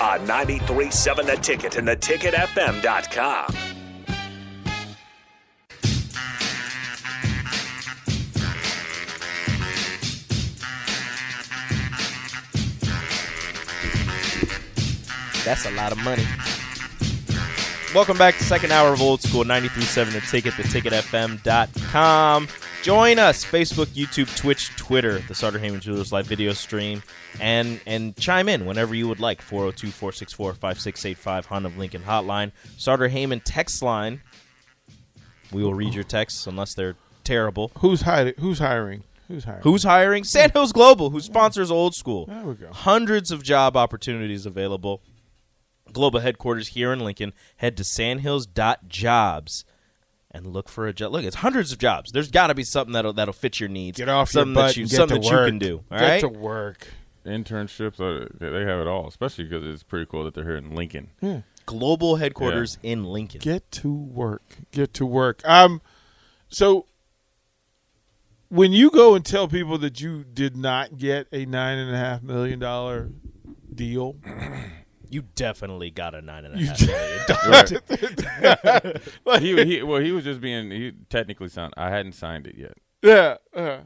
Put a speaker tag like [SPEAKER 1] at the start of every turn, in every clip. [SPEAKER 1] on 937 The Ticket and theticketfm.com.
[SPEAKER 2] That's a lot of money. Welcome back to second hour of Old School 93.7 The Ticket, theticketfm.com. Join us, Facebook, YouTube, Twitch, Twitter, the Sutter Heyman Jewelers live video stream, and and chime in whenever you would like. 402-464-5685, Honda of Lincoln hotline. Sutter Heyman text line. We will read your texts unless they're terrible.
[SPEAKER 3] Who's hiring? Who's hiring? Who's hiring?
[SPEAKER 2] Who's hiring? Sand Hills Global, who sponsors Old School.
[SPEAKER 3] There we go.
[SPEAKER 2] Hundreds of job opportunities available. Global headquarters here in Lincoln. Head to sandhills.jobs and look for a job. Look, it's hundreds of jobs. There's got to be something that'll that'll fit your needs.
[SPEAKER 3] Get off
[SPEAKER 2] something
[SPEAKER 3] your butt
[SPEAKER 2] that you
[SPEAKER 3] and get
[SPEAKER 2] something
[SPEAKER 3] to
[SPEAKER 2] that
[SPEAKER 3] work.
[SPEAKER 2] you can do. All
[SPEAKER 3] get
[SPEAKER 2] right.
[SPEAKER 3] to work.
[SPEAKER 4] Internships, uh, they they have it all, especially because it's pretty cool that they're here in Lincoln.
[SPEAKER 2] Global headquarters in Lincoln.
[SPEAKER 3] Get to work. Get to work. Um, so when you go and tell people that you did not get a nine and a half million dollar deal,
[SPEAKER 2] you definitely got a nine and a
[SPEAKER 3] You
[SPEAKER 2] half.
[SPEAKER 3] did.
[SPEAKER 2] million.
[SPEAKER 4] he, he well, he was just being he technically signed. I hadn't signed it yet.
[SPEAKER 3] yeah, uh,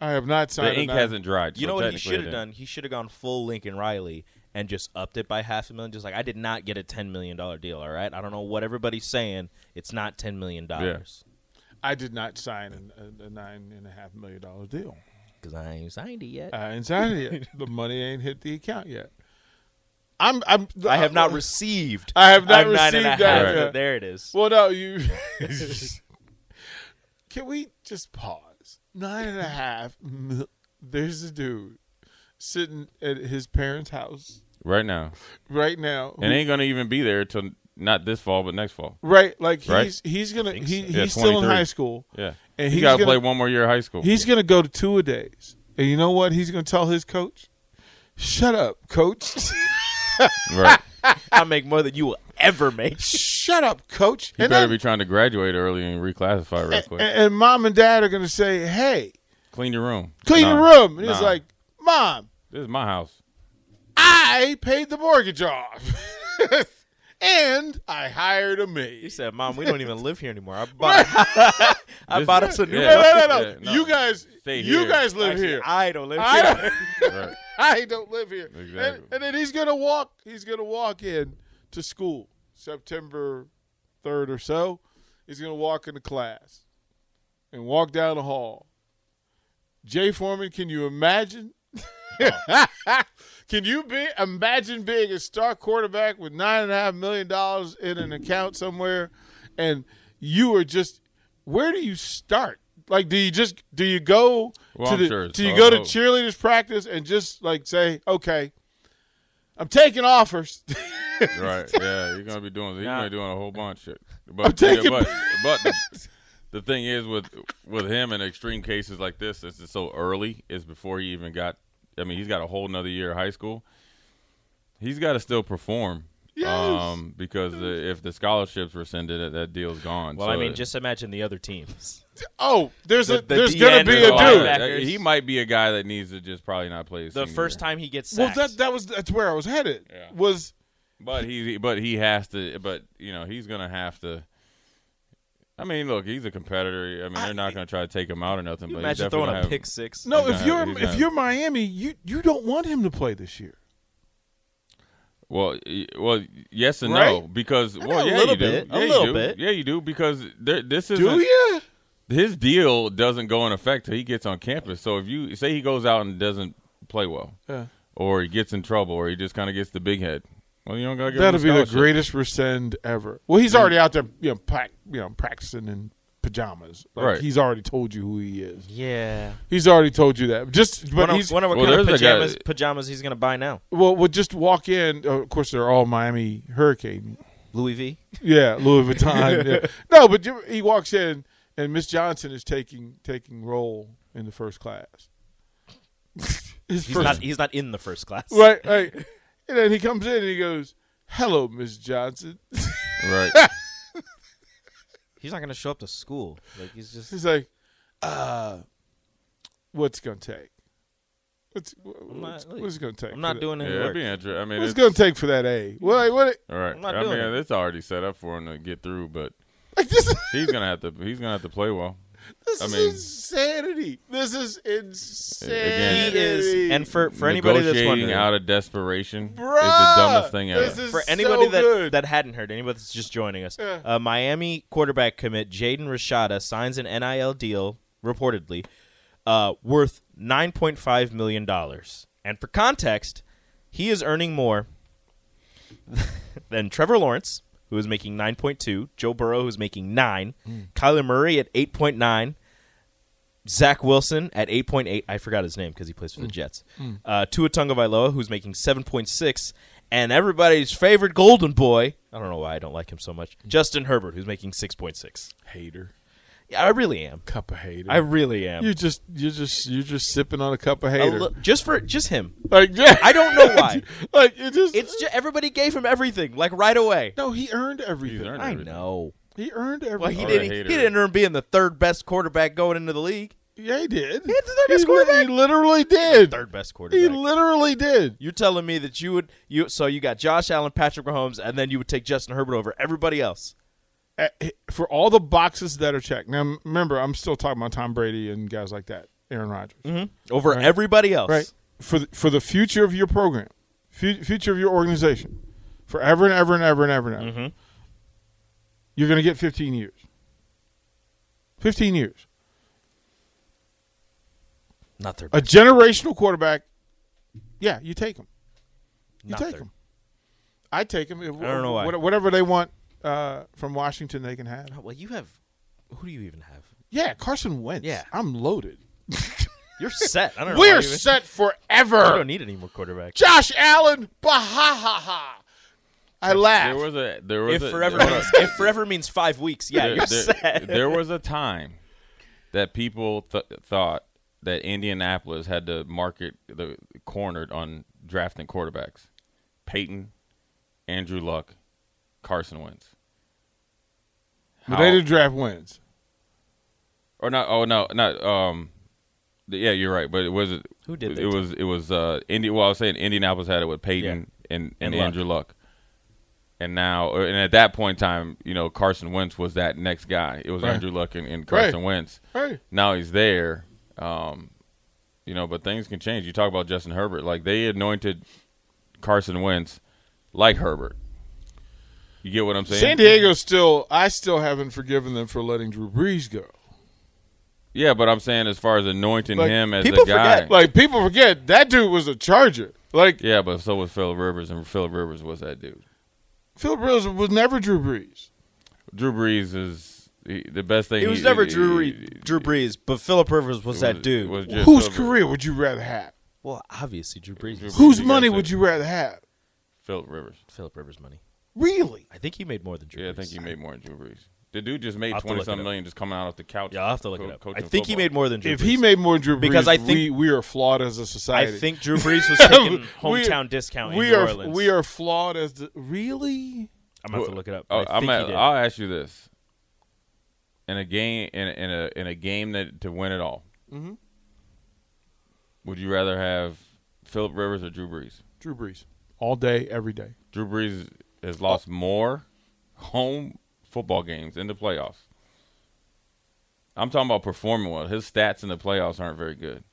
[SPEAKER 3] I have not signed.
[SPEAKER 4] the
[SPEAKER 3] a
[SPEAKER 4] ink
[SPEAKER 3] nine-
[SPEAKER 4] hasn't dried.
[SPEAKER 2] You
[SPEAKER 4] so
[SPEAKER 2] know what he
[SPEAKER 4] technically it
[SPEAKER 2] should have
[SPEAKER 4] didn't.
[SPEAKER 2] done? He should have gone full Lincoln Riley and just upped it by half a million. Just like I did not get a ten million dollar deal. All right, I don't know what everybody's saying. It's not ten million dollars
[SPEAKER 3] I did not sign a, a, a nine and a half million dollar deal.
[SPEAKER 2] because I ain't signed it yet.
[SPEAKER 3] I ain't signed it yet. the money ain't hit the account yet. I'm. I'm.
[SPEAKER 2] I have not received.
[SPEAKER 3] I have not
[SPEAKER 2] I'm nine and a
[SPEAKER 3] received
[SPEAKER 2] half.
[SPEAKER 3] that, yeah.
[SPEAKER 2] There it is.
[SPEAKER 3] Well, no, you. Can we just pause? Nine and a half. mil- There's a dude sitting at his parents' house
[SPEAKER 4] right now,
[SPEAKER 3] right now.
[SPEAKER 4] and it ain't gonna even be there till not this fall, but next fall.
[SPEAKER 3] right, like he's
[SPEAKER 4] Right?
[SPEAKER 3] he's gonna
[SPEAKER 2] Think
[SPEAKER 3] he,
[SPEAKER 2] so.
[SPEAKER 3] he's
[SPEAKER 4] Yeah,
[SPEAKER 3] still in
[SPEAKER 4] 23.
[SPEAKER 3] high school.
[SPEAKER 4] Yeah,
[SPEAKER 3] And
[SPEAKER 4] he
[SPEAKER 3] he's
[SPEAKER 4] got to
[SPEAKER 3] gonna-
[SPEAKER 4] play one more year of high school.
[SPEAKER 3] He's gonna go to two a days, and you know what? He's gonna tell his coach, "Shut up, coach."
[SPEAKER 4] right.
[SPEAKER 2] I make more than you will ever make.
[SPEAKER 3] Shut up, coach.
[SPEAKER 4] He
[SPEAKER 3] and
[SPEAKER 4] better
[SPEAKER 3] then-
[SPEAKER 4] be trying to graduate early and reclassify real
[SPEAKER 3] and,
[SPEAKER 4] quick.
[SPEAKER 3] and mom and dad are gonna say, "Hey,
[SPEAKER 4] Clean your room.
[SPEAKER 3] clean
[SPEAKER 4] Nah,
[SPEAKER 3] your room." And he's
[SPEAKER 4] nah.
[SPEAKER 3] like, "Mom,
[SPEAKER 4] "This is my house."
[SPEAKER 3] I paid the mortgage off. and I hired a
[SPEAKER 2] He
[SPEAKER 3] maid.
[SPEAKER 2] said, "Mom, we don't even live here anymore. I bought, I
[SPEAKER 4] This-
[SPEAKER 2] bought us a new
[SPEAKER 3] No,
[SPEAKER 4] Yeah.
[SPEAKER 2] house.
[SPEAKER 3] no, no, no.
[SPEAKER 4] Yeah, no.
[SPEAKER 3] You guys
[SPEAKER 4] Stay
[SPEAKER 3] you
[SPEAKER 4] here.
[SPEAKER 3] guys live
[SPEAKER 2] Actually,
[SPEAKER 3] here. I,
[SPEAKER 2] I don't live
[SPEAKER 3] I
[SPEAKER 2] here.
[SPEAKER 3] don't,
[SPEAKER 4] Right.
[SPEAKER 3] I don't live here. And-
[SPEAKER 4] Exactly.
[SPEAKER 3] And, then he's gonna walk he's gonna walk in to school September third or so. He's gonna walk into class and walk down the hall. Jay Foreman, can you imagine?
[SPEAKER 4] Oh.
[SPEAKER 3] Can you be imagine being a star quarterback with nine and a half million dollars in an account somewhere, and you are just where do you start? Like, do you just do you go
[SPEAKER 4] Well,
[SPEAKER 3] to
[SPEAKER 4] I'm
[SPEAKER 3] the
[SPEAKER 4] sure it's
[SPEAKER 3] do you
[SPEAKER 4] all
[SPEAKER 3] go to
[SPEAKER 4] over.
[SPEAKER 3] cheerleaders practice and just like say, okay, I'm taking offers.
[SPEAKER 4] Right. Yeah, you're gonna be doing you're
[SPEAKER 2] Nah.
[SPEAKER 4] gonna be doing a whole bunch of shit. But
[SPEAKER 3] taking-
[SPEAKER 4] but, but the, the thing is with with him in extreme cases like this, this is so early, is before he even got I mean, he's got a whole nother year of high school. He's gotta still perform um, because the, if the scholarship's rescinded, that, that deal's gone.
[SPEAKER 2] Well,
[SPEAKER 4] So
[SPEAKER 2] I mean,
[SPEAKER 4] it-
[SPEAKER 2] just imagine the other teams.
[SPEAKER 3] Oh, there's
[SPEAKER 2] The-
[SPEAKER 3] a
[SPEAKER 2] the
[SPEAKER 3] there's gonna
[SPEAKER 2] DN
[SPEAKER 3] be
[SPEAKER 2] or
[SPEAKER 3] a
[SPEAKER 2] the
[SPEAKER 3] dude.
[SPEAKER 2] linebacker.
[SPEAKER 4] I- uh, he might be a guy that needs to just probably not play. A
[SPEAKER 2] The
[SPEAKER 4] senior
[SPEAKER 2] first
[SPEAKER 4] year.
[SPEAKER 2] time he gets
[SPEAKER 3] Well,
[SPEAKER 2] sacked.
[SPEAKER 3] that that was that's where I was headed.
[SPEAKER 4] Yeah.
[SPEAKER 3] Was
[SPEAKER 4] but he but he has to. But you know, he's gonna have to. I mean, look, he's a competitor. I mean, they're not gonna try to take him out or nothing.
[SPEAKER 2] Can you
[SPEAKER 4] but he's
[SPEAKER 2] imagine
[SPEAKER 4] definitely
[SPEAKER 2] throwing
[SPEAKER 4] gonna
[SPEAKER 2] a
[SPEAKER 4] have-
[SPEAKER 2] pick six.
[SPEAKER 3] no.
[SPEAKER 4] He's
[SPEAKER 3] if
[SPEAKER 4] not-
[SPEAKER 3] you're
[SPEAKER 4] he's
[SPEAKER 3] if
[SPEAKER 4] not-
[SPEAKER 3] you're Miami, you you don't want him to play this year.
[SPEAKER 4] Well, y- well, yes and no,
[SPEAKER 2] Right?
[SPEAKER 4] because
[SPEAKER 2] I know
[SPEAKER 4] well,
[SPEAKER 2] a
[SPEAKER 4] yeah,
[SPEAKER 2] little
[SPEAKER 4] you do.
[SPEAKER 2] bit, a
[SPEAKER 4] Yeah, you
[SPEAKER 2] little
[SPEAKER 4] do.
[SPEAKER 2] bit.
[SPEAKER 4] Yeah, you do because there, this is
[SPEAKER 3] Do you?
[SPEAKER 4] his deal doesn't go in effect till he gets on campus. So if you say he goes out and doesn't play well,
[SPEAKER 3] Yeah.
[SPEAKER 4] or he gets in trouble, or he just kind of gets the big head, well, you don't gotta give
[SPEAKER 3] That'll
[SPEAKER 4] him a
[SPEAKER 3] be the
[SPEAKER 4] scholarship.
[SPEAKER 3] greatest rescind ever. Well, he's already out there, you know, pack, you know, practicing in pajamas. Like,
[SPEAKER 4] Right.
[SPEAKER 3] He's already told you who he is.
[SPEAKER 2] Yeah.
[SPEAKER 3] He's already told you that. Just but
[SPEAKER 2] But
[SPEAKER 3] he's
[SPEAKER 2] wonder what
[SPEAKER 4] Well,
[SPEAKER 2] kind of
[SPEAKER 4] there's a guy-
[SPEAKER 2] pajamas, pajamas he's going to buy now.
[SPEAKER 3] well, well, just walk in. Of course, they're all Miami Hurricane.
[SPEAKER 2] Louis V.
[SPEAKER 3] Yeah, Louis Vuitton. yeah. No, but you, he walks in, and Miss Johnson is taking taking role in the first class.
[SPEAKER 2] He's
[SPEAKER 3] His first-
[SPEAKER 2] not. e- He's not in the first class.
[SPEAKER 3] right, right. And then he comes in and he goes, "Hello, Miss Johnson."
[SPEAKER 4] right?
[SPEAKER 2] He's not going to show up to school. Like he's just.
[SPEAKER 3] He's like, uh, what's it gonna take? What's
[SPEAKER 2] I'm
[SPEAKER 3] what's,
[SPEAKER 2] not, like,
[SPEAKER 3] what's it gonna take?
[SPEAKER 2] I'm
[SPEAKER 3] for
[SPEAKER 2] not
[SPEAKER 3] that-
[SPEAKER 2] doing
[SPEAKER 4] yeah,
[SPEAKER 2] any
[SPEAKER 4] it'd
[SPEAKER 2] work.
[SPEAKER 4] be interesting. I mean,
[SPEAKER 3] What's it
[SPEAKER 4] it's,
[SPEAKER 3] gonna take for that A? Well, like, what?
[SPEAKER 4] all right.
[SPEAKER 2] I'm not
[SPEAKER 4] I
[SPEAKER 2] doing
[SPEAKER 4] mean,
[SPEAKER 2] it.
[SPEAKER 4] it's already set up for him to get through, but
[SPEAKER 3] Like this,
[SPEAKER 4] he's gonna have to. He's gonna have to play well.
[SPEAKER 3] this
[SPEAKER 4] I
[SPEAKER 3] is
[SPEAKER 4] mean-
[SPEAKER 3] insanity. This is
[SPEAKER 2] He
[SPEAKER 3] insanity.
[SPEAKER 2] is, and for for anybody that's
[SPEAKER 4] Negotiating
[SPEAKER 2] wondering,
[SPEAKER 4] out of desperation
[SPEAKER 3] Bruh,
[SPEAKER 4] is the dumbest thing ever.
[SPEAKER 3] This is
[SPEAKER 2] for anybody
[SPEAKER 3] so
[SPEAKER 2] that
[SPEAKER 3] good.
[SPEAKER 2] that hadn't heard, anybody that's just joining us,
[SPEAKER 3] Yeah.
[SPEAKER 2] uh, Miami quarterback commit Jaden Rashada signs an NIL deal reportedly uh, worth nine point five million dollars. And for context, he is earning more than Trevor Lawrence, who is making nine point two, Joe Burrow, who's making nine,
[SPEAKER 3] Hmm.
[SPEAKER 2] Kyler Murray at eight point nine. Zach Wilson at 8.8. I forgot his name because he plays for the Jets. Uh, Tua Tungavailoa, who's making 7.6. And everybody's favorite golden boy, I don't know why I don't like him so much, Justin Herbert, who's making 6.6.
[SPEAKER 3] hater.
[SPEAKER 2] Yeah, I really am.
[SPEAKER 3] Cup of hater.
[SPEAKER 2] I really am.
[SPEAKER 3] you're just you're just you're just sipping on a cup of
[SPEAKER 2] A
[SPEAKER 3] hater.
[SPEAKER 2] li- just for just him.
[SPEAKER 3] like
[SPEAKER 2] I don't know why.
[SPEAKER 3] like it just
[SPEAKER 2] It's just, everybody gave him everything like right away.
[SPEAKER 3] no. He earned everything.
[SPEAKER 4] earned
[SPEAKER 2] I
[SPEAKER 4] everything.
[SPEAKER 2] know.
[SPEAKER 3] He earned everything.
[SPEAKER 2] Well, he
[SPEAKER 4] Or a
[SPEAKER 2] didn't.
[SPEAKER 4] hater.
[SPEAKER 2] He didn't earn being the third best quarterback going into the league.
[SPEAKER 3] Yeah, he did.
[SPEAKER 2] He had the third best
[SPEAKER 3] li-
[SPEAKER 2] quarterback.
[SPEAKER 3] He literally did.
[SPEAKER 2] Third best
[SPEAKER 3] He
[SPEAKER 2] quarterback.
[SPEAKER 3] literally did.
[SPEAKER 2] You're telling me that you would you so you got Josh Allen, Patrick Mahomes, and then you would take Justin Herbert over everybody else.
[SPEAKER 3] Uh, For all the boxes that are checked. Now, m- remember, I'm still talking about Tom Brady and guys like that, Aaron Rodgers,
[SPEAKER 2] Over everybody else.
[SPEAKER 3] right? For the, for the future of your program, fu- future of your organization, forever and ever and ever and ever and ever. You're going to get 15 years. 15 years.
[SPEAKER 2] Not third.
[SPEAKER 3] A generational quarterback. Yeah, you take him. You
[SPEAKER 2] Not
[SPEAKER 3] take
[SPEAKER 2] third.
[SPEAKER 3] him. I take him. I
[SPEAKER 2] don't know why.
[SPEAKER 3] Whatever they want uh, from Washington, they can have.
[SPEAKER 2] Well, you have who do you even have?
[SPEAKER 3] Yeah, Carson Wentz.
[SPEAKER 2] Yeah.
[SPEAKER 3] I'm loaded.
[SPEAKER 2] You're set. I don't know.
[SPEAKER 3] We're
[SPEAKER 2] why you-
[SPEAKER 3] set
[SPEAKER 2] You
[SPEAKER 3] forever.
[SPEAKER 2] don't need any more quarterbacks.
[SPEAKER 3] Josh Allen, bahahaha. I
[SPEAKER 4] There
[SPEAKER 3] laugh.
[SPEAKER 4] was a there was
[SPEAKER 2] If
[SPEAKER 4] a,
[SPEAKER 2] forever
[SPEAKER 4] there was a-
[SPEAKER 2] means, if forever means five weeks, yeah,
[SPEAKER 4] there,
[SPEAKER 2] you're
[SPEAKER 4] there-
[SPEAKER 2] set.
[SPEAKER 4] there was a time that people th- thought that Indianapolis had to market the cornered on drafting quarterbacks. Peyton, Andrew Luck, Carson Wentz.
[SPEAKER 3] But they didn't draft wins.
[SPEAKER 4] Or not? Oh no, not um. th- Yeah, you're right. But it was it.
[SPEAKER 2] Who did they
[SPEAKER 4] It was it was uh. Indi- well, I was saying Indianapolis had it with Peyton and, and
[SPEAKER 2] And Luck.
[SPEAKER 4] Andrew Luck. And now, or- and at that point in time, you know Carson Wentz was that next guy. It was
[SPEAKER 3] Right.
[SPEAKER 4] Andrew Luck and, and Carson
[SPEAKER 3] Right.
[SPEAKER 4] Wentz.
[SPEAKER 3] Right.
[SPEAKER 4] Now he's there. Um, you know, but things can change. You talk about Justin Herbert. Like they anointed Carson Wentz like Herbert. You get what I'm saying?
[SPEAKER 3] San Diego still, I still haven't forgiven them for letting Drew Brees go.
[SPEAKER 4] Yeah, but I'm saying as far as anointing
[SPEAKER 3] Like,
[SPEAKER 4] him as a guy.
[SPEAKER 2] people forget,
[SPEAKER 3] Like, people forget that dude was a Charger. Like,
[SPEAKER 4] Yeah, but so was Philip Rivers, and Philip Rivers was that dude.
[SPEAKER 3] Phil Rivers was never Drew Brees.
[SPEAKER 4] Drew Brees is he, the best thing.
[SPEAKER 2] It was
[SPEAKER 4] he-
[SPEAKER 2] never
[SPEAKER 4] he-
[SPEAKER 2] Drew
[SPEAKER 4] he-
[SPEAKER 2] Re- Drew Brees, but Philip Rivers was, that dude.
[SPEAKER 4] was just
[SPEAKER 3] Whose
[SPEAKER 4] Philip-
[SPEAKER 3] career would you rather have?
[SPEAKER 2] well, obviously Drew Brees.
[SPEAKER 4] Drew
[SPEAKER 2] is
[SPEAKER 3] Whose
[SPEAKER 4] You
[SPEAKER 3] money
[SPEAKER 4] guys
[SPEAKER 3] would
[SPEAKER 4] said-
[SPEAKER 3] you rather have?
[SPEAKER 4] Philip Rivers.
[SPEAKER 2] Philip Rivers money.
[SPEAKER 3] Really?
[SPEAKER 2] I think he made more than Drew.
[SPEAKER 4] Yeah, I
[SPEAKER 2] Brees.
[SPEAKER 4] think he made more than Drew Brees. The dude just made
[SPEAKER 2] I'll have to
[SPEAKER 4] twenty
[SPEAKER 2] look it
[SPEAKER 4] something
[SPEAKER 2] up.
[SPEAKER 4] million just coming out off the couch.
[SPEAKER 2] Yeah, I will have to look
[SPEAKER 4] co-
[SPEAKER 2] it up. I
[SPEAKER 4] coaching
[SPEAKER 2] think he
[SPEAKER 4] football.
[SPEAKER 2] made more than Drew
[SPEAKER 3] If
[SPEAKER 2] Brees.
[SPEAKER 3] he made more Drew Brees,
[SPEAKER 2] Because I think-
[SPEAKER 3] we, we are flawed as a
[SPEAKER 2] I
[SPEAKER 3] society.
[SPEAKER 2] think Drew Brees was taking hometown
[SPEAKER 3] we,
[SPEAKER 2] discount
[SPEAKER 3] we
[SPEAKER 2] in New
[SPEAKER 3] are
[SPEAKER 2] Orleans.
[SPEAKER 3] we are flawed as the really.
[SPEAKER 2] I'm gonna have to look it up.
[SPEAKER 4] Oh,
[SPEAKER 2] I
[SPEAKER 4] I'm
[SPEAKER 2] think he
[SPEAKER 4] at,
[SPEAKER 2] did.
[SPEAKER 4] I'll ask you this: in a game, in a, in a in a game that to win it all,
[SPEAKER 2] Mm-hmm.
[SPEAKER 4] would you rather have Philip Rivers or Drew Brees?
[SPEAKER 3] Drew Brees all day, every day.
[SPEAKER 4] Drew Brees has
[SPEAKER 3] Oh.
[SPEAKER 4] lost more home football games in the playoffs. I'm talking about performing well. His stats in the playoffs aren't very good.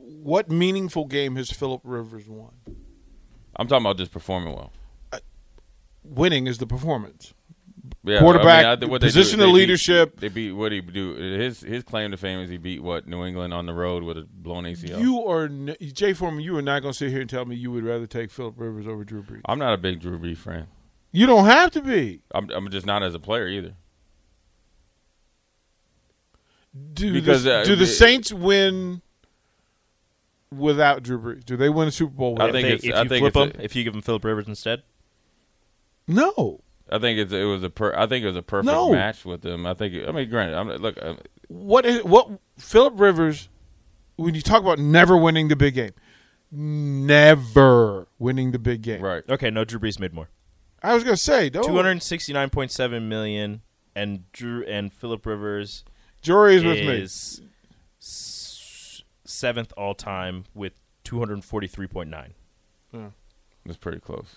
[SPEAKER 3] What meaningful game has Philip Rivers won?
[SPEAKER 4] I'm talking about just performing well.
[SPEAKER 3] Winning is the performance.
[SPEAKER 4] Yeah,
[SPEAKER 3] Quarterback,
[SPEAKER 4] think
[SPEAKER 3] position
[SPEAKER 4] they
[SPEAKER 3] of
[SPEAKER 4] beat-
[SPEAKER 3] leadership.
[SPEAKER 4] they beat what he do. His his claim to fame is he beat what New England on the road with a blown ACL.
[SPEAKER 3] You are n- Jay Foreman. You are not going to sit here and tell me you would rather take Philip Rivers over Drew Brees.
[SPEAKER 4] I'm not a big Drew Brees fan.
[SPEAKER 3] You don't have to be.
[SPEAKER 4] I'm, I'm just not as a player either.
[SPEAKER 3] Do
[SPEAKER 4] Because,
[SPEAKER 3] the,
[SPEAKER 4] uh,
[SPEAKER 3] do the
[SPEAKER 4] it-
[SPEAKER 3] Saints win without Drew Brees? Do they win a Super Bowl?
[SPEAKER 4] I
[SPEAKER 3] Without
[SPEAKER 4] think
[SPEAKER 2] If
[SPEAKER 4] it's-
[SPEAKER 2] they- if
[SPEAKER 4] I
[SPEAKER 2] you
[SPEAKER 4] think
[SPEAKER 2] flip
[SPEAKER 4] it's a-
[SPEAKER 2] him, if you give him Philip Rivers instead,
[SPEAKER 3] no.
[SPEAKER 4] I think it's, it was a per, I think it was a perfect
[SPEAKER 3] No.
[SPEAKER 4] match with them. I think I mean granted, I'm look I'm,
[SPEAKER 3] What is what? Philip Rivers. When you talk about never winning the big game, never winning the big game.
[SPEAKER 4] right.
[SPEAKER 2] okay, no, Drew Brees made more.
[SPEAKER 3] I was going to say, don't.
[SPEAKER 2] Two hundred sixty-nine point seven million, and Drew and Philip Rivers
[SPEAKER 3] Jury is with me.
[SPEAKER 2] is s- seventh all time with two hundred forty-three point nine.
[SPEAKER 4] It's pretty close.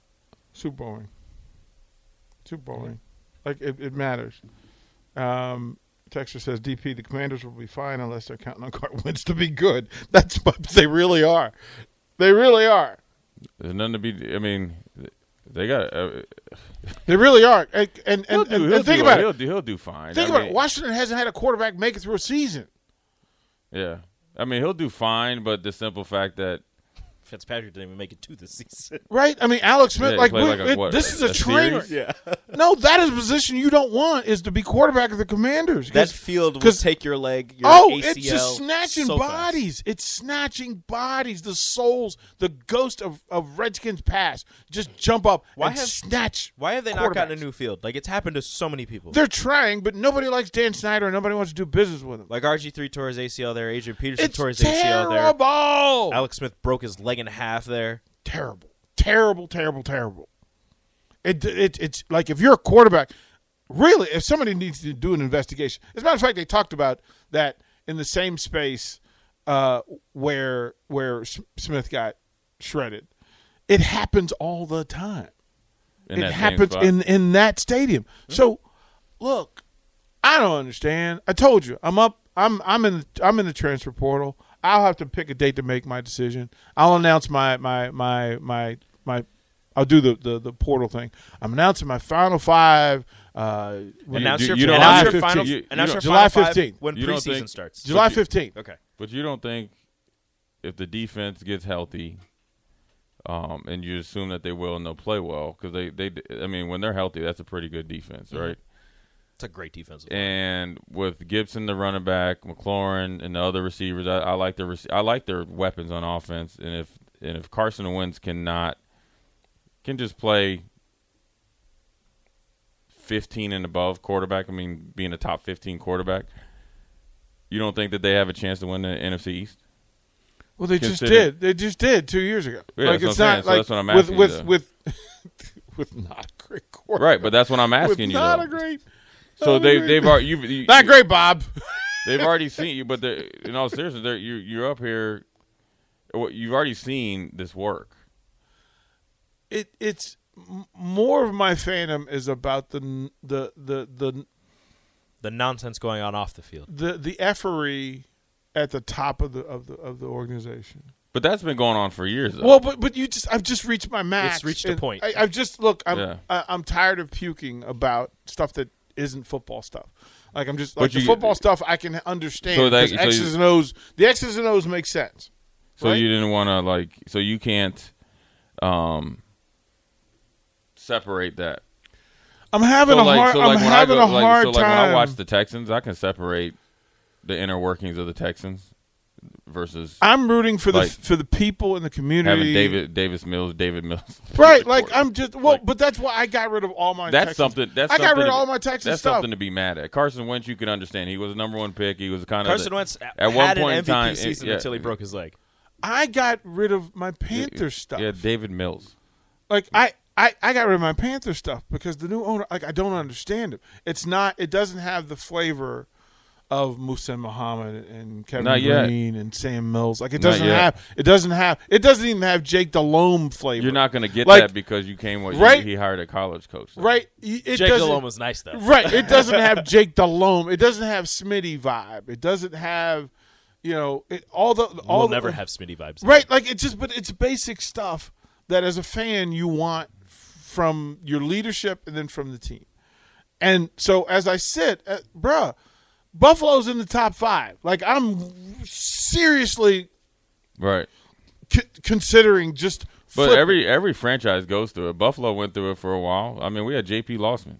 [SPEAKER 3] Super boring. Super boring. Like it, it matters. Um, Texter says DP the Commanders will be fine unless they're counting on Carson Wentz to be good. That's what they really are. They really are.
[SPEAKER 4] There's nothing to be I mean they got uh,
[SPEAKER 3] They really are. And and,
[SPEAKER 4] he'll
[SPEAKER 3] and,
[SPEAKER 4] do-
[SPEAKER 3] and-
[SPEAKER 4] he'll
[SPEAKER 3] and think
[SPEAKER 4] do-
[SPEAKER 3] about
[SPEAKER 4] he'll
[SPEAKER 3] it.
[SPEAKER 4] do, he'll do fine.
[SPEAKER 3] Think
[SPEAKER 4] I
[SPEAKER 3] about
[SPEAKER 4] mean,
[SPEAKER 3] it. Washington hasn't had a quarterback make it through a season.
[SPEAKER 4] Yeah. I mean, he'll do fine, but the simple fact that
[SPEAKER 2] Fitzpatrick didn't even make it to the season.
[SPEAKER 3] Right? I mean, Alex Smith.
[SPEAKER 4] Yeah, he
[SPEAKER 3] like,
[SPEAKER 4] played
[SPEAKER 3] we-
[SPEAKER 4] like a-
[SPEAKER 3] it-
[SPEAKER 4] what,
[SPEAKER 3] this is a,
[SPEAKER 4] a
[SPEAKER 3] train.
[SPEAKER 4] series? Yeah.
[SPEAKER 3] no, that is a position you don't want is to be quarterback of the Commanders.
[SPEAKER 2] That
[SPEAKER 3] 'Cause-
[SPEAKER 2] field will
[SPEAKER 3] 'cause-
[SPEAKER 2] take your leg. Your
[SPEAKER 3] Oh,
[SPEAKER 2] ACL,
[SPEAKER 3] it's just snatching
[SPEAKER 2] so fast.
[SPEAKER 3] bodies. It's snatching bodies. The souls, the ghost of, of Redskins past, just jump up
[SPEAKER 2] Why
[SPEAKER 3] and
[SPEAKER 2] have-
[SPEAKER 3] snatch.
[SPEAKER 2] Why have they not gotten a
[SPEAKER 3] quarterbacks.
[SPEAKER 2] new field? Like it's happened to so many people.
[SPEAKER 3] They're trying, but nobody likes Dan Snyder, and nobody wants to do business with him.
[SPEAKER 2] like RG three tore his ACL there. Adrian Peterson
[SPEAKER 3] it's
[SPEAKER 2] tore his ACL there.
[SPEAKER 3] terrible.
[SPEAKER 2] Alex Smith broke his leg in half there.
[SPEAKER 3] terrible, terrible, terrible, terrible. It, it it's like if you're a quarterback, really, if somebody needs to do an investigation. As a matter of fact, they talked about that in the same space uh, where where S- Smith got shredded. It happens all the time.
[SPEAKER 4] in that
[SPEAKER 3] it
[SPEAKER 4] same
[SPEAKER 3] happens
[SPEAKER 4] spot- Mm-hmm.
[SPEAKER 3] in in that stadium. So, look, I don't understand. I told you, I'm up. I'm I'm in I'm in the transfer portal. I'll have to pick a date to make my decision. I'll announce my my my my my. I'll do the the, the portal thing. I'm announcing my final five. Uh, when-
[SPEAKER 2] Announce
[SPEAKER 4] you-
[SPEAKER 2] your,
[SPEAKER 4] you don't-
[SPEAKER 2] announce
[SPEAKER 3] July
[SPEAKER 2] your final.
[SPEAKER 3] 15th.
[SPEAKER 4] You-
[SPEAKER 2] announce
[SPEAKER 4] you
[SPEAKER 2] your final
[SPEAKER 4] don't-
[SPEAKER 3] July
[SPEAKER 2] five
[SPEAKER 3] 15th.
[SPEAKER 2] when
[SPEAKER 4] You don't
[SPEAKER 2] preseason
[SPEAKER 4] think-
[SPEAKER 2] starts.
[SPEAKER 3] July 15th.
[SPEAKER 2] Okay.
[SPEAKER 4] But you don't think if the defense gets healthy, um, and you assume that they will and they'll play well because they, they I mean when they're healthy that's a pretty good defense, right?
[SPEAKER 2] It's a great defensive.
[SPEAKER 4] And with Gibson the running back, McLaurin and the other receivers, I, I like their rec- I like their weapons on offense. And if and if Carson Wentz cannot can just play fifteen and above quarterback, I mean being a top fifteen quarterback, you don't think that they have a chance to win the NFC East?
[SPEAKER 3] Well, they just
[SPEAKER 4] Consider-
[SPEAKER 3] did. They just did two years ago.
[SPEAKER 4] Yeah,
[SPEAKER 3] like
[SPEAKER 4] that's
[SPEAKER 3] it's
[SPEAKER 4] what I'm
[SPEAKER 3] not
[SPEAKER 4] saying.
[SPEAKER 3] like
[SPEAKER 4] So that's what I'm asking
[SPEAKER 3] with
[SPEAKER 4] you,
[SPEAKER 3] with with with not a great quarterback.
[SPEAKER 4] Right, but that's what I'm asking
[SPEAKER 3] with
[SPEAKER 4] you.
[SPEAKER 3] Not
[SPEAKER 4] though.
[SPEAKER 3] a great.
[SPEAKER 4] so
[SPEAKER 3] not a
[SPEAKER 4] they
[SPEAKER 3] great-
[SPEAKER 4] they've already you've, you,
[SPEAKER 3] Not great, Bob.
[SPEAKER 4] They've already seen you, but they're- in all seriousness, they're- you you're up here. well, You've already seen this work.
[SPEAKER 3] it it's m- more of my fandom is about the n- the the the
[SPEAKER 2] the nonsense
[SPEAKER 4] Uh,
[SPEAKER 2] going on off the field.
[SPEAKER 3] the, the effery at the top of the of the of the organization.
[SPEAKER 4] But that's been going on for years. Though.
[SPEAKER 3] Well, but but you just I've just reached my max.
[SPEAKER 2] It's reached a
[SPEAKER 3] and
[SPEAKER 2] point.
[SPEAKER 3] I, I've just look. I'm
[SPEAKER 4] Yeah.
[SPEAKER 3] I, I'm tired of puking about stuff that isn't football stuff. Like I'm just
[SPEAKER 4] But
[SPEAKER 3] like the
[SPEAKER 4] you-
[SPEAKER 3] football stuff I can understand.
[SPEAKER 4] So that-
[SPEAKER 3] 'cause
[SPEAKER 4] so you-
[SPEAKER 3] X's and O's. The X's and O's make sense.
[SPEAKER 4] so
[SPEAKER 3] right?
[SPEAKER 4] you didn't want to like. So you can't um separate that.
[SPEAKER 3] I'm having
[SPEAKER 4] so
[SPEAKER 3] a
[SPEAKER 4] like,
[SPEAKER 3] hard.
[SPEAKER 4] so like
[SPEAKER 3] I'm
[SPEAKER 4] when
[SPEAKER 3] having
[SPEAKER 4] I go,
[SPEAKER 3] a hard
[SPEAKER 4] like, so like
[SPEAKER 3] time.
[SPEAKER 4] when I watch the Texans, I can separate the inner workings of the Texans versus
[SPEAKER 3] I'm rooting for the
[SPEAKER 4] like-
[SPEAKER 3] for the people in the community.
[SPEAKER 4] having David Davis Mills, David Mills.
[SPEAKER 3] Right, like
[SPEAKER 4] Quarterback.
[SPEAKER 3] I'm just well,
[SPEAKER 4] Like-
[SPEAKER 3] but that's why I got rid of all my.
[SPEAKER 4] That's
[SPEAKER 3] Texans.
[SPEAKER 4] something. That's
[SPEAKER 3] I got
[SPEAKER 4] something
[SPEAKER 3] rid
[SPEAKER 4] to-
[SPEAKER 3] of all my Texans
[SPEAKER 4] That's
[SPEAKER 3] stuff.
[SPEAKER 4] something to be mad at. Carson Wentz, you can understand. He was the number one pick. He was kind of
[SPEAKER 2] Carson
[SPEAKER 4] the,
[SPEAKER 2] Wentz
[SPEAKER 4] at
[SPEAKER 2] had
[SPEAKER 4] one
[SPEAKER 2] an
[SPEAKER 4] point in
[SPEAKER 2] MVP
[SPEAKER 4] time, it-
[SPEAKER 2] season
[SPEAKER 4] yeah,
[SPEAKER 2] until he broke his leg.
[SPEAKER 3] I got rid of my Panther stuff.
[SPEAKER 4] Yeah, David Mills.
[SPEAKER 3] like I, I I got rid of my Panther stuff because the new owner like I don't understand him. It's not it doesn't have the flavor of Musa Muhammad and Kevin
[SPEAKER 4] Not yet.
[SPEAKER 3] Green and Sam Mills. Like it
[SPEAKER 4] Not
[SPEAKER 3] doesn't
[SPEAKER 4] yet.
[SPEAKER 3] have it doesn't have it doesn't even have Jake Delhomme flavor.
[SPEAKER 4] You're not going to get
[SPEAKER 3] Like-
[SPEAKER 4] that because you came. with-
[SPEAKER 3] Right?
[SPEAKER 4] He hired a college coach. though.
[SPEAKER 3] right. y- It
[SPEAKER 2] Jake
[SPEAKER 3] doesn't-
[SPEAKER 2] Delhomme was nice though.
[SPEAKER 3] Right. It doesn't have Jake Delhomme. It doesn't have Smitty vibe. It doesn't have you know it, all the all
[SPEAKER 2] We'll
[SPEAKER 3] the,
[SPEAKER 2] never have Smitty vibes.
[SPEAKER 3] Right, like it's just, but it's basic stuff that as a fan you want f- from your leadership and then from the team. And so as I sit, uh, bruh, Buffalo's in the top five. Like I'm seriously
[SPEAKER 4] Right.
[SPEAKER 3] c- considering just.
[SPEAKER 4] But
[SPEAKER 3] flipping.
[SPEAKER 4] every every franchise goes through it. Buffalo went through it for a while. I mean, we had J.P. Lossman.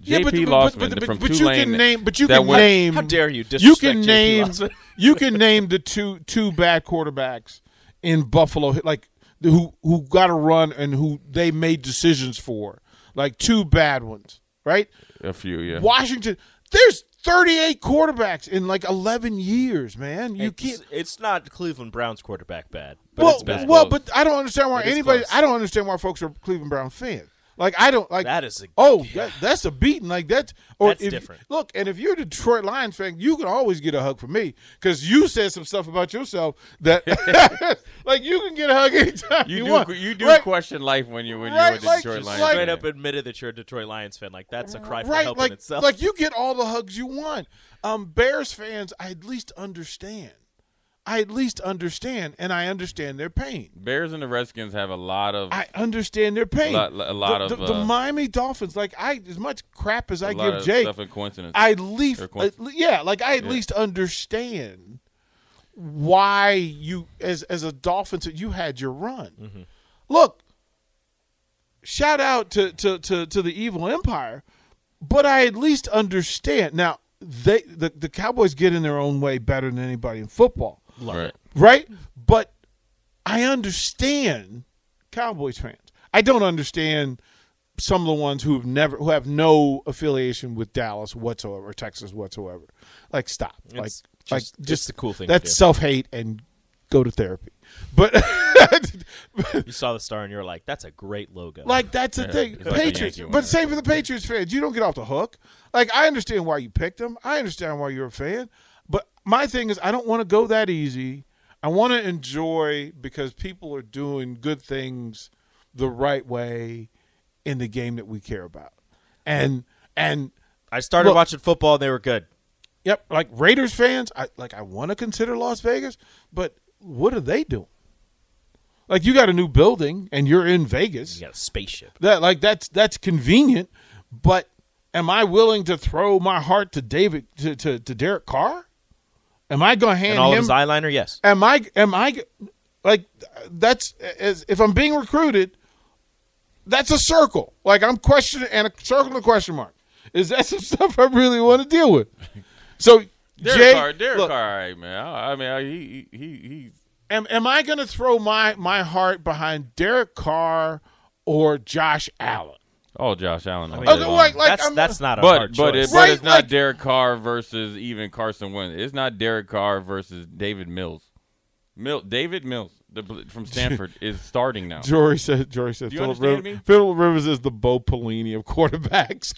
[SPEAKER 3] Yeah, but-
[SPEAKER 4] J.P.
[SPEAKER 3] but-
[SPEAKER 4] Lossman
[SPEAKER 3] but- but-
[SPEAKER 4] from
[SPEAKER 3] but you
[SPEAKER 4] Tulane.
[SPEAKER 3] can name- but you
[SPEAKER 4] that
[SPEAKER 3] can
[SPEAKER 4] went-
[SPEAKER 3] name-
[SPEAKER 2] How dare you? Disrespect
[SPEAKER 3] you can
[SPEAKER 2] JP
[SPEAKER 3] name
[SPEAKER 2] Lawson.
[SPEAKER 3] you can name the two two bad quarterbacks in Buffalo, like who who got a run and who they made decisions for, like two bad ones, right?
[SPEAKER 4] a few. Yeah.
[SPEAKER 3] Washington. There's 38 quarterbacks in like 11 years, man. You
[SPEAKER 2] it's,
[SPEAKER 3] can't.
[SPEAKER 2] It's not Cleveland Browns quarterback bad, but
[SPEAKER 3] Well,
[SPEAKER 2] it's bad.
[SPEAKER 3] well, but I don't understand why
[SPEAKER 2] It is
[SPEAKER 3] anybody.
[SPEAKER 2] close.
[SPEAKER 3] I don't understand why folks are Cleveland Brown fans. Like I don't like
[SPEAKER 2] That is a-
[SPEAKER 3] oh that, that's a beating like that or
[SPEAKER 2] That's
[SPEAKER 3] if-
[SPEAKER 2] different.
[SPEAKER 3] Look, and if you're a Detroit Lions fan, you can always get a hug from me because you said some stuff about yourself that like you can get a hug anytime you,
[SPEAKER 4] you
[SPEAKER 3] want.
[SPEAKER 4] do you do
[SPEAKER 3] Right?
[SPEAKER 4] question life when you when
[SPEAKER 3] Right,
[SPEAKER 4] you're a
[SPEAKER 3] like-
[SPEAKER 4] Detroit
[SPEAKER 3] just
[SPEAKER 4] Lions.
[SPEAKER 3] like-
[SPEAKER 2] straight
[SPEAKER 4] fan.
[SPEAKER 2] up admitted that you're a Detroit Lions fan. Like that's a cry for
[SPEAKER 3] right
[SPEAKER 2] help
[SPEAKER 3] like
[SPEAKER 2] in itself.
[SPEAKER 3] like you get all the hugs you want um bears fans i at least understand i at least understand and i understand their pain
[SPEAKER 4] Bears and the Redskins have a lot of
[SPEAKER 3] i understand their pain
[SPEAKER 4] lot- a lot
[SPEAKER 3] the,
[SPEAKER 4] of,
[SPEAKER 3] the, the
[SPEAKER 4] uh,
[SPEAKER 3] miami dolphins like i as much crap as i
[SPEAKER 4] a lot
[SPEAKER 3] give
[SPEAKER 4] of
[SPEAKER 3] jake
[SPEAKER 4] stuff and coincidence.
[SPEAKER 3] i leaf
[SPEAKER 4] or coinc-
[SPEAKER 3] at le- yeah like i at least understand why you as as a dolphins you had your run
[SPEAKER 4] Mm-hmm.
[SPEAKER 3] look shout out to, to, to, to the evil empire, but I at least understand. Now, they the, the Cowboys get in their own way better than anybody in football,
[SPEAKER 4] right.
[SPEAKER 3] right? But I understand Cowboys fans. I don't understand some of the ones who have never who have no affiliation with Dallas whatsoever, Texas whatsoever. Like stop. like
[SPEAKER 2] just-
[SPEAKER 3] like
[SPEAKER 2] it's
[SPEAKER 3] just
[SPEAKER 2] the cool thing to do.
[SPEAKER 3] That's self hate and go to therapy. But
[SPEAKER 2] you saw the star and you're like, that's a great logo.
[SPEAKER 3] Like that's the thing,
[SPEAKER 4] like a
[SPEAKER 3] Patriots.
[SPEAKER 4] Yankee one.
[SPEAKER 3] but same for the Patriots fans, you don't get off the hook. Like I understand why you picked them. I understand why you're a fan. But my thing is, I don't want to go that easy. I want to enjoy because people are doing good things the right way in the game that we care about. And and
[SPEAKER 2] I started
[SPEAKER 3] Look-
[SPEAKER 2] watching football and they were good.
[SPEAKER 3] yep, like Raiders fans, I like I want to consider Las Vegas, but what are they doing? Like you got a new building and you're in Vegas.
[SPEAKER 2] You got a spaceship.
[SPEAKER 3] That like that's that's convenient, but am I willing to throw my heart to David to to, to Derek Carr? Am I going to hand
[SPEAKER 2] And all
[SPEAKER 3] him?
[SPEAKER 2] of his eyeliner, yes.
[SPEAKER 3] am I am I like that's as if I'm being recruited? That's a circle. Like I'm questioning and a circle and a question mark. Is that some stuff I really want to deal with? So
[SPEAKER 4] Derek
[SPEAKER 3] Jay,
[SPEAKER 4] Carr, Derek
[SPEAKER 3] look,
[SPEAKER 4] Carr, all right, man. I, I mean, I, he he he. he
[SPEAKER 3] am am I going to throw my my heart behind Derek Carr or Josh Allen?
[SPEAKER 4] oh, Josh Allen. all
[SPEAKER 2] mean,
[SPEAKER 4] day
[SPEAKER 3] Other-
[SPEAKER 4] long.
[SPEAKER 3] Uh, like- like,
[SPEAKER 2] that's
[SPEAKER 3] I'm-
[SPEAKER 2] that's not a
[SPEAKER 4] but
[SPEAKER 2] hard
[SPEAKER 4] but
[SPEAKER 2] choice.
[SPEAKER 4] it, but
[SPEAKER 3] Right,
[SPEAKER 4] it's not
[SPEAKER 3] like-
[SPEAKER 4] Derek Carr versus even Carson Wentz. It's not Derek Carr versus David Mills. Mil- David Mills the, bl- from Stanford is starting now.
[SPEAKER 3] Jory said. Jory said.
[SPEAKER 4] Do you
[SPEAKER 3] Philip,
[SPEAKER 4] understand
[SPEAKER 3] Riv-
[SPEAKER 4] me?
[SPEAKER 3] Philip Rivers is the Bo Pelini of quarterbacks.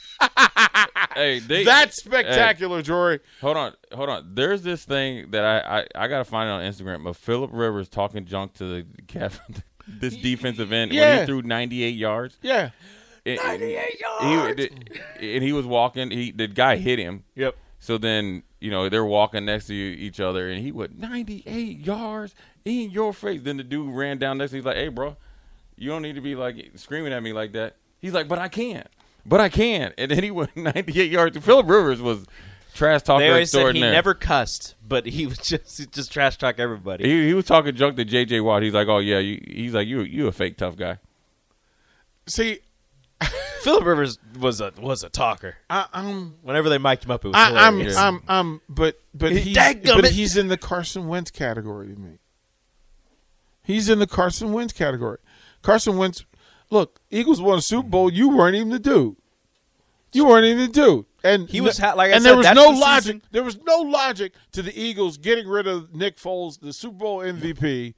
[SPEAKER 4] Hey, they,
[SPEAKER 3] That's
[SPEAKER 4] hey,
[SPEAKER 3] spectacular, Jory.
[SPEAKER 4] Hold on, hold on. There's this thing that I I, I gotta find out on Instagram of Philip Rivers talking junk to the Cavs. This defensive end when
[SPEAKER 3] yeah.
[SPEAKER 4] he threw 98 yards.
[SPEAKER 3] Yeah,
[SPEAKER 4] And, 98 yards. He, and he was walking. He the guy hit him.
[SPEAKER 2] Yep.
[SPEAKER 4] So then, you know, they're walking next to you, each other, and he went 98 yards in your face. Then the dude ran down next to him. He's like, hey, bro, you don't need to be like screaming at me like that. He's like, but I can't. But I can't. And then he went 98 yards. Philip Rivers was trash talking
[SPEAKER 2] They always said he
[SPEAKER 4] extraordinaire.
[SPEAKER 2] never cussed, but he was just he just trash talk everybody.
[SPEAKER 4] He, he was talking junk to JJ Watt. He's like, oh, yeah. You, he's like, you, you a fake tough guy.
[SPEAKER 3] See,
[SPEAKER 2] Philip Rivers was a was a talker.
[SPEAKER 3] I, I'm
[SPEAKER 2] Whenever they mic'd him up, it was
[SPEAKER 3] I, I'm,
[SPEAKER 2] hilarious.
[SPEAKER 3] I'm, I'm, but, but he's,
[SPEAKER 2] Dadgummit.
[SPEAKER 3] but he's in the Carson Wentz category to me. He's in the Carson Wentz category. Carson Wentz, look, Eagles won a Super Bowl. You weren't even the dude. You weren't even the dude. And
[SPEAKER 2] He was ha- like I
[SPEAKER 3] and
[SPEAKER 2] said,
[SPEAKER 3] there was
[SPEAKER 2] that's
[SPEAKER 3] no
[SPEAKER 2] the season-
[SPEAKER 3] logic. There was no logic to the Eagles getting rid of Nick Foles, the Super Bowl MVP,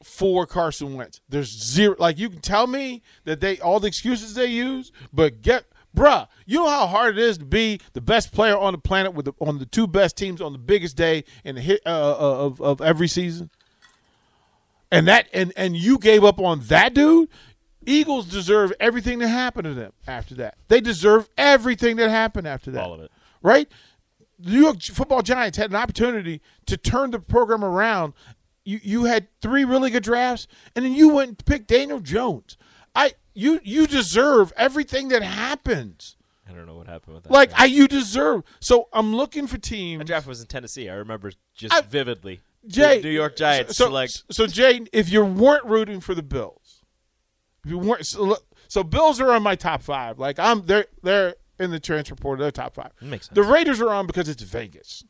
[SPEAKER 3] for Carson Wentz. There's zero. Like you can tell me that they all the excuses they use, but get bruh. You know how hard it is to be the best player on the planet with the, on the two best teams on the biggest day in the hit, uh, uh, of of every season. And that and and you gave up on that dude. Eagles deserve everything that happened to them after that. They deserve everything that happened after that.
[SPEAKER 2] All of it.
[SPEAKER 3] Right? The New York Football Giants had an opportunity to turn the program around. You you had three really good drafts, and then you went and picked Daniel Jones. I you you deserve everything that happens.
[SPEAKER 2] I don't know what happened with that.
[SPEAKER 3] Like
[SPEAKER 2] draft.
[SPEAKER 3] I you deserve. So I'm looking for
[SPEAKER 2] That
[SPEAKER 3] teams.
[SPEAKER 2] draft was in Tennessee. I remember just
[SPEAKER 3] I-
[SPEAKER 2] vividly.
[SPEAKER 3] Jay,
[SPEAKER 2] The New York Giants.
[SPEAKER 3] So,
[SPEAKER 2] like
[SPEAKER 3] so Jay, if you weren't rooting for the Bills, if you weren't, so, look- so Bills are on my top five. Like I'm, they're they're in the transfer portal. They're top five.
[SPEAKER 2] Makes sense.
[SPEAKER 3] The Raiders are on because it's Vegas,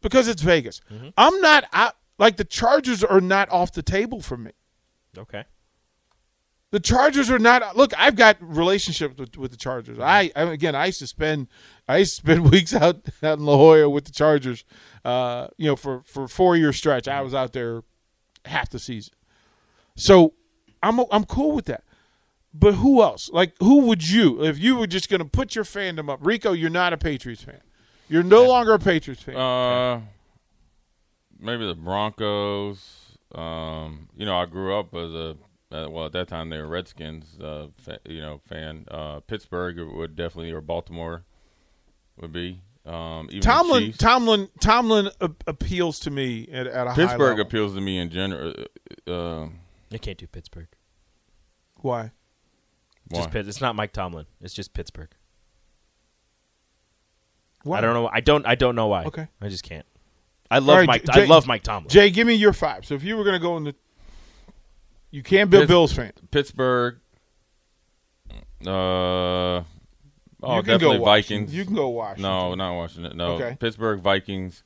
[SPEAKER 3] because it's Vegas.
[SPEAKER 2] Mm-hmm.
[SPEAKER 3] I'm not. I like the Chargers are not off the table for me.
[SPEAKER 2] okay,
[SPEAKER 3] The Chargers are not. Look, I've got relationships with, with the Chargers. I, I again, I used to spend, I used to spend weeks out out in La Jolla with the Chargers. Uh, you know, for for four year stretch, I was out there half the season. So, I'm I'm cool with that. But who else? Like, who would you if you were just going to put your fandom up? Rico, you're not a Patriots fan. You're no longer a Patriots fan.
[SPEAKER 4] Uh, maybe the Broncos. Um, you know, I grew up as a uh, well at that time they were Redskins. Uh, fa- you know, fan. Uh, Pittsburgh would definitely or Baltimore would be. Um, even the
[SPEAKER 3] Tomlin,
[SPEAKER 4] Chiefs.
[SPEAKER 3] Tomlin, Tomlin a- appeals to me at, at a high
[SPEAKER 4] Pittsburgh
[SPEAKER 3] level.
[SPEAKER 4] appeals to me in general. Uh, uh,
[SPEAKER 2] you can't do Pittsburgh.
[SPEAKER 3] Why?
[SPEAKER 4] why?
[SPEAKER 2] Just Pitt. It's not Mike Tomlin. It's just Pittsburgh.
[SPEAKER 3] Why?
[SPEAKER 2] I don't know. I don't. I don't know why.
[SPEAKER 3] Okay.
[SPEAKER 2] I just can't. I love
[SPEAKER 3] All right,
[SPEAKER 2] Mike.
[SPEAKER 3] Jay-
[SPEAKER 2] I love Mike Tomlin.
[SPEAKER 3] Jay, give me your five. So if you were going to go in the, you can't be a
[SPEAKER 4] Yes.
[SPEAKER 3] Bills fan.
[SPEAKER 4] Pittsburgh. Uh, oh,
[SPEAKER 3] you can
[SPEAKER 4] definitely
[SPEAKER 3] go Washington.
[SPEAKER 4] Vikings.
[SPEAKER 3] You can go Washington.
[SPEAKER 4] No, not Washington. No,
[SPEAKER 3] Okay.
[SPEAKER 4] Pittsburgh Vikings,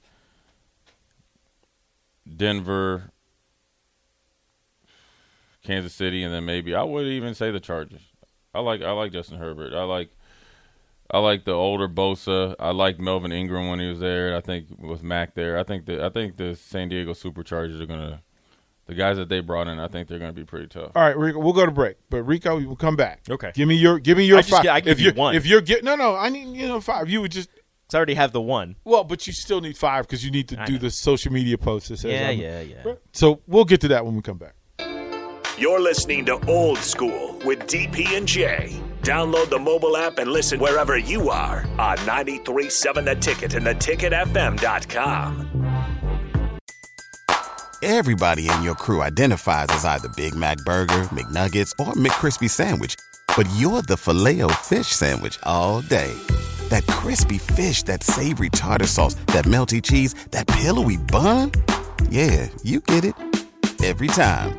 [SPEAKER 4] Denver, Kansas City, and then maybe I would even say the Chargers. I like I like Justin Herbert. I like I like the older Bosa. I liked Melvin Ingram when he was there. I think with Mac there, I think the I think the San Diego Superchargers are gonna the guys that they brought in. I think they're gonna be pretty tough.
[SPEAKER 3] All right, Rico, we'll go to break, but Rico, we'll come back.
[SPEAKER 2] Okay.
[SPEAKER 3] Give me your, give me your
[SPEAKER 2] I just
[SPEAKER 3] five.
[SPEAKER 2] get- I give
[SPEAKER 3] if
[SPEAKER 2] you
[SPEAKER 3] you're,
[SPEAKER 2] one.
[SPEAKER 3] If you're get, no, no, I need you know five. You would just
[SPEAKER 2] I already have the one.
[SPEAKER 3] well, but you still need five because you need to
[SPEAKER 2] I
[SPEAKER 3] do
[SPEAKER 2] know.
[SPEAKER 3] the social media post. That says I'm-
[SPEAKER 2] yeah.
[SPEAKER 3] So we'll get to that when we come back.
[SPEAKER 1] You're listening to Old School with DP and J. Download the mobile app and listen wherever you are on 937 The Ticket and theticketfm.com.
[SPEAKER 5] Everybody in your crew identifies as either Big Mac Burger, McNuggets, or McCrispy Sandwich. But you're the filet fish Sandwich all day. That crispy fish, that savory tartar sauce, that melty cheese, that pillowy bun. Yeah, you get it. Every time.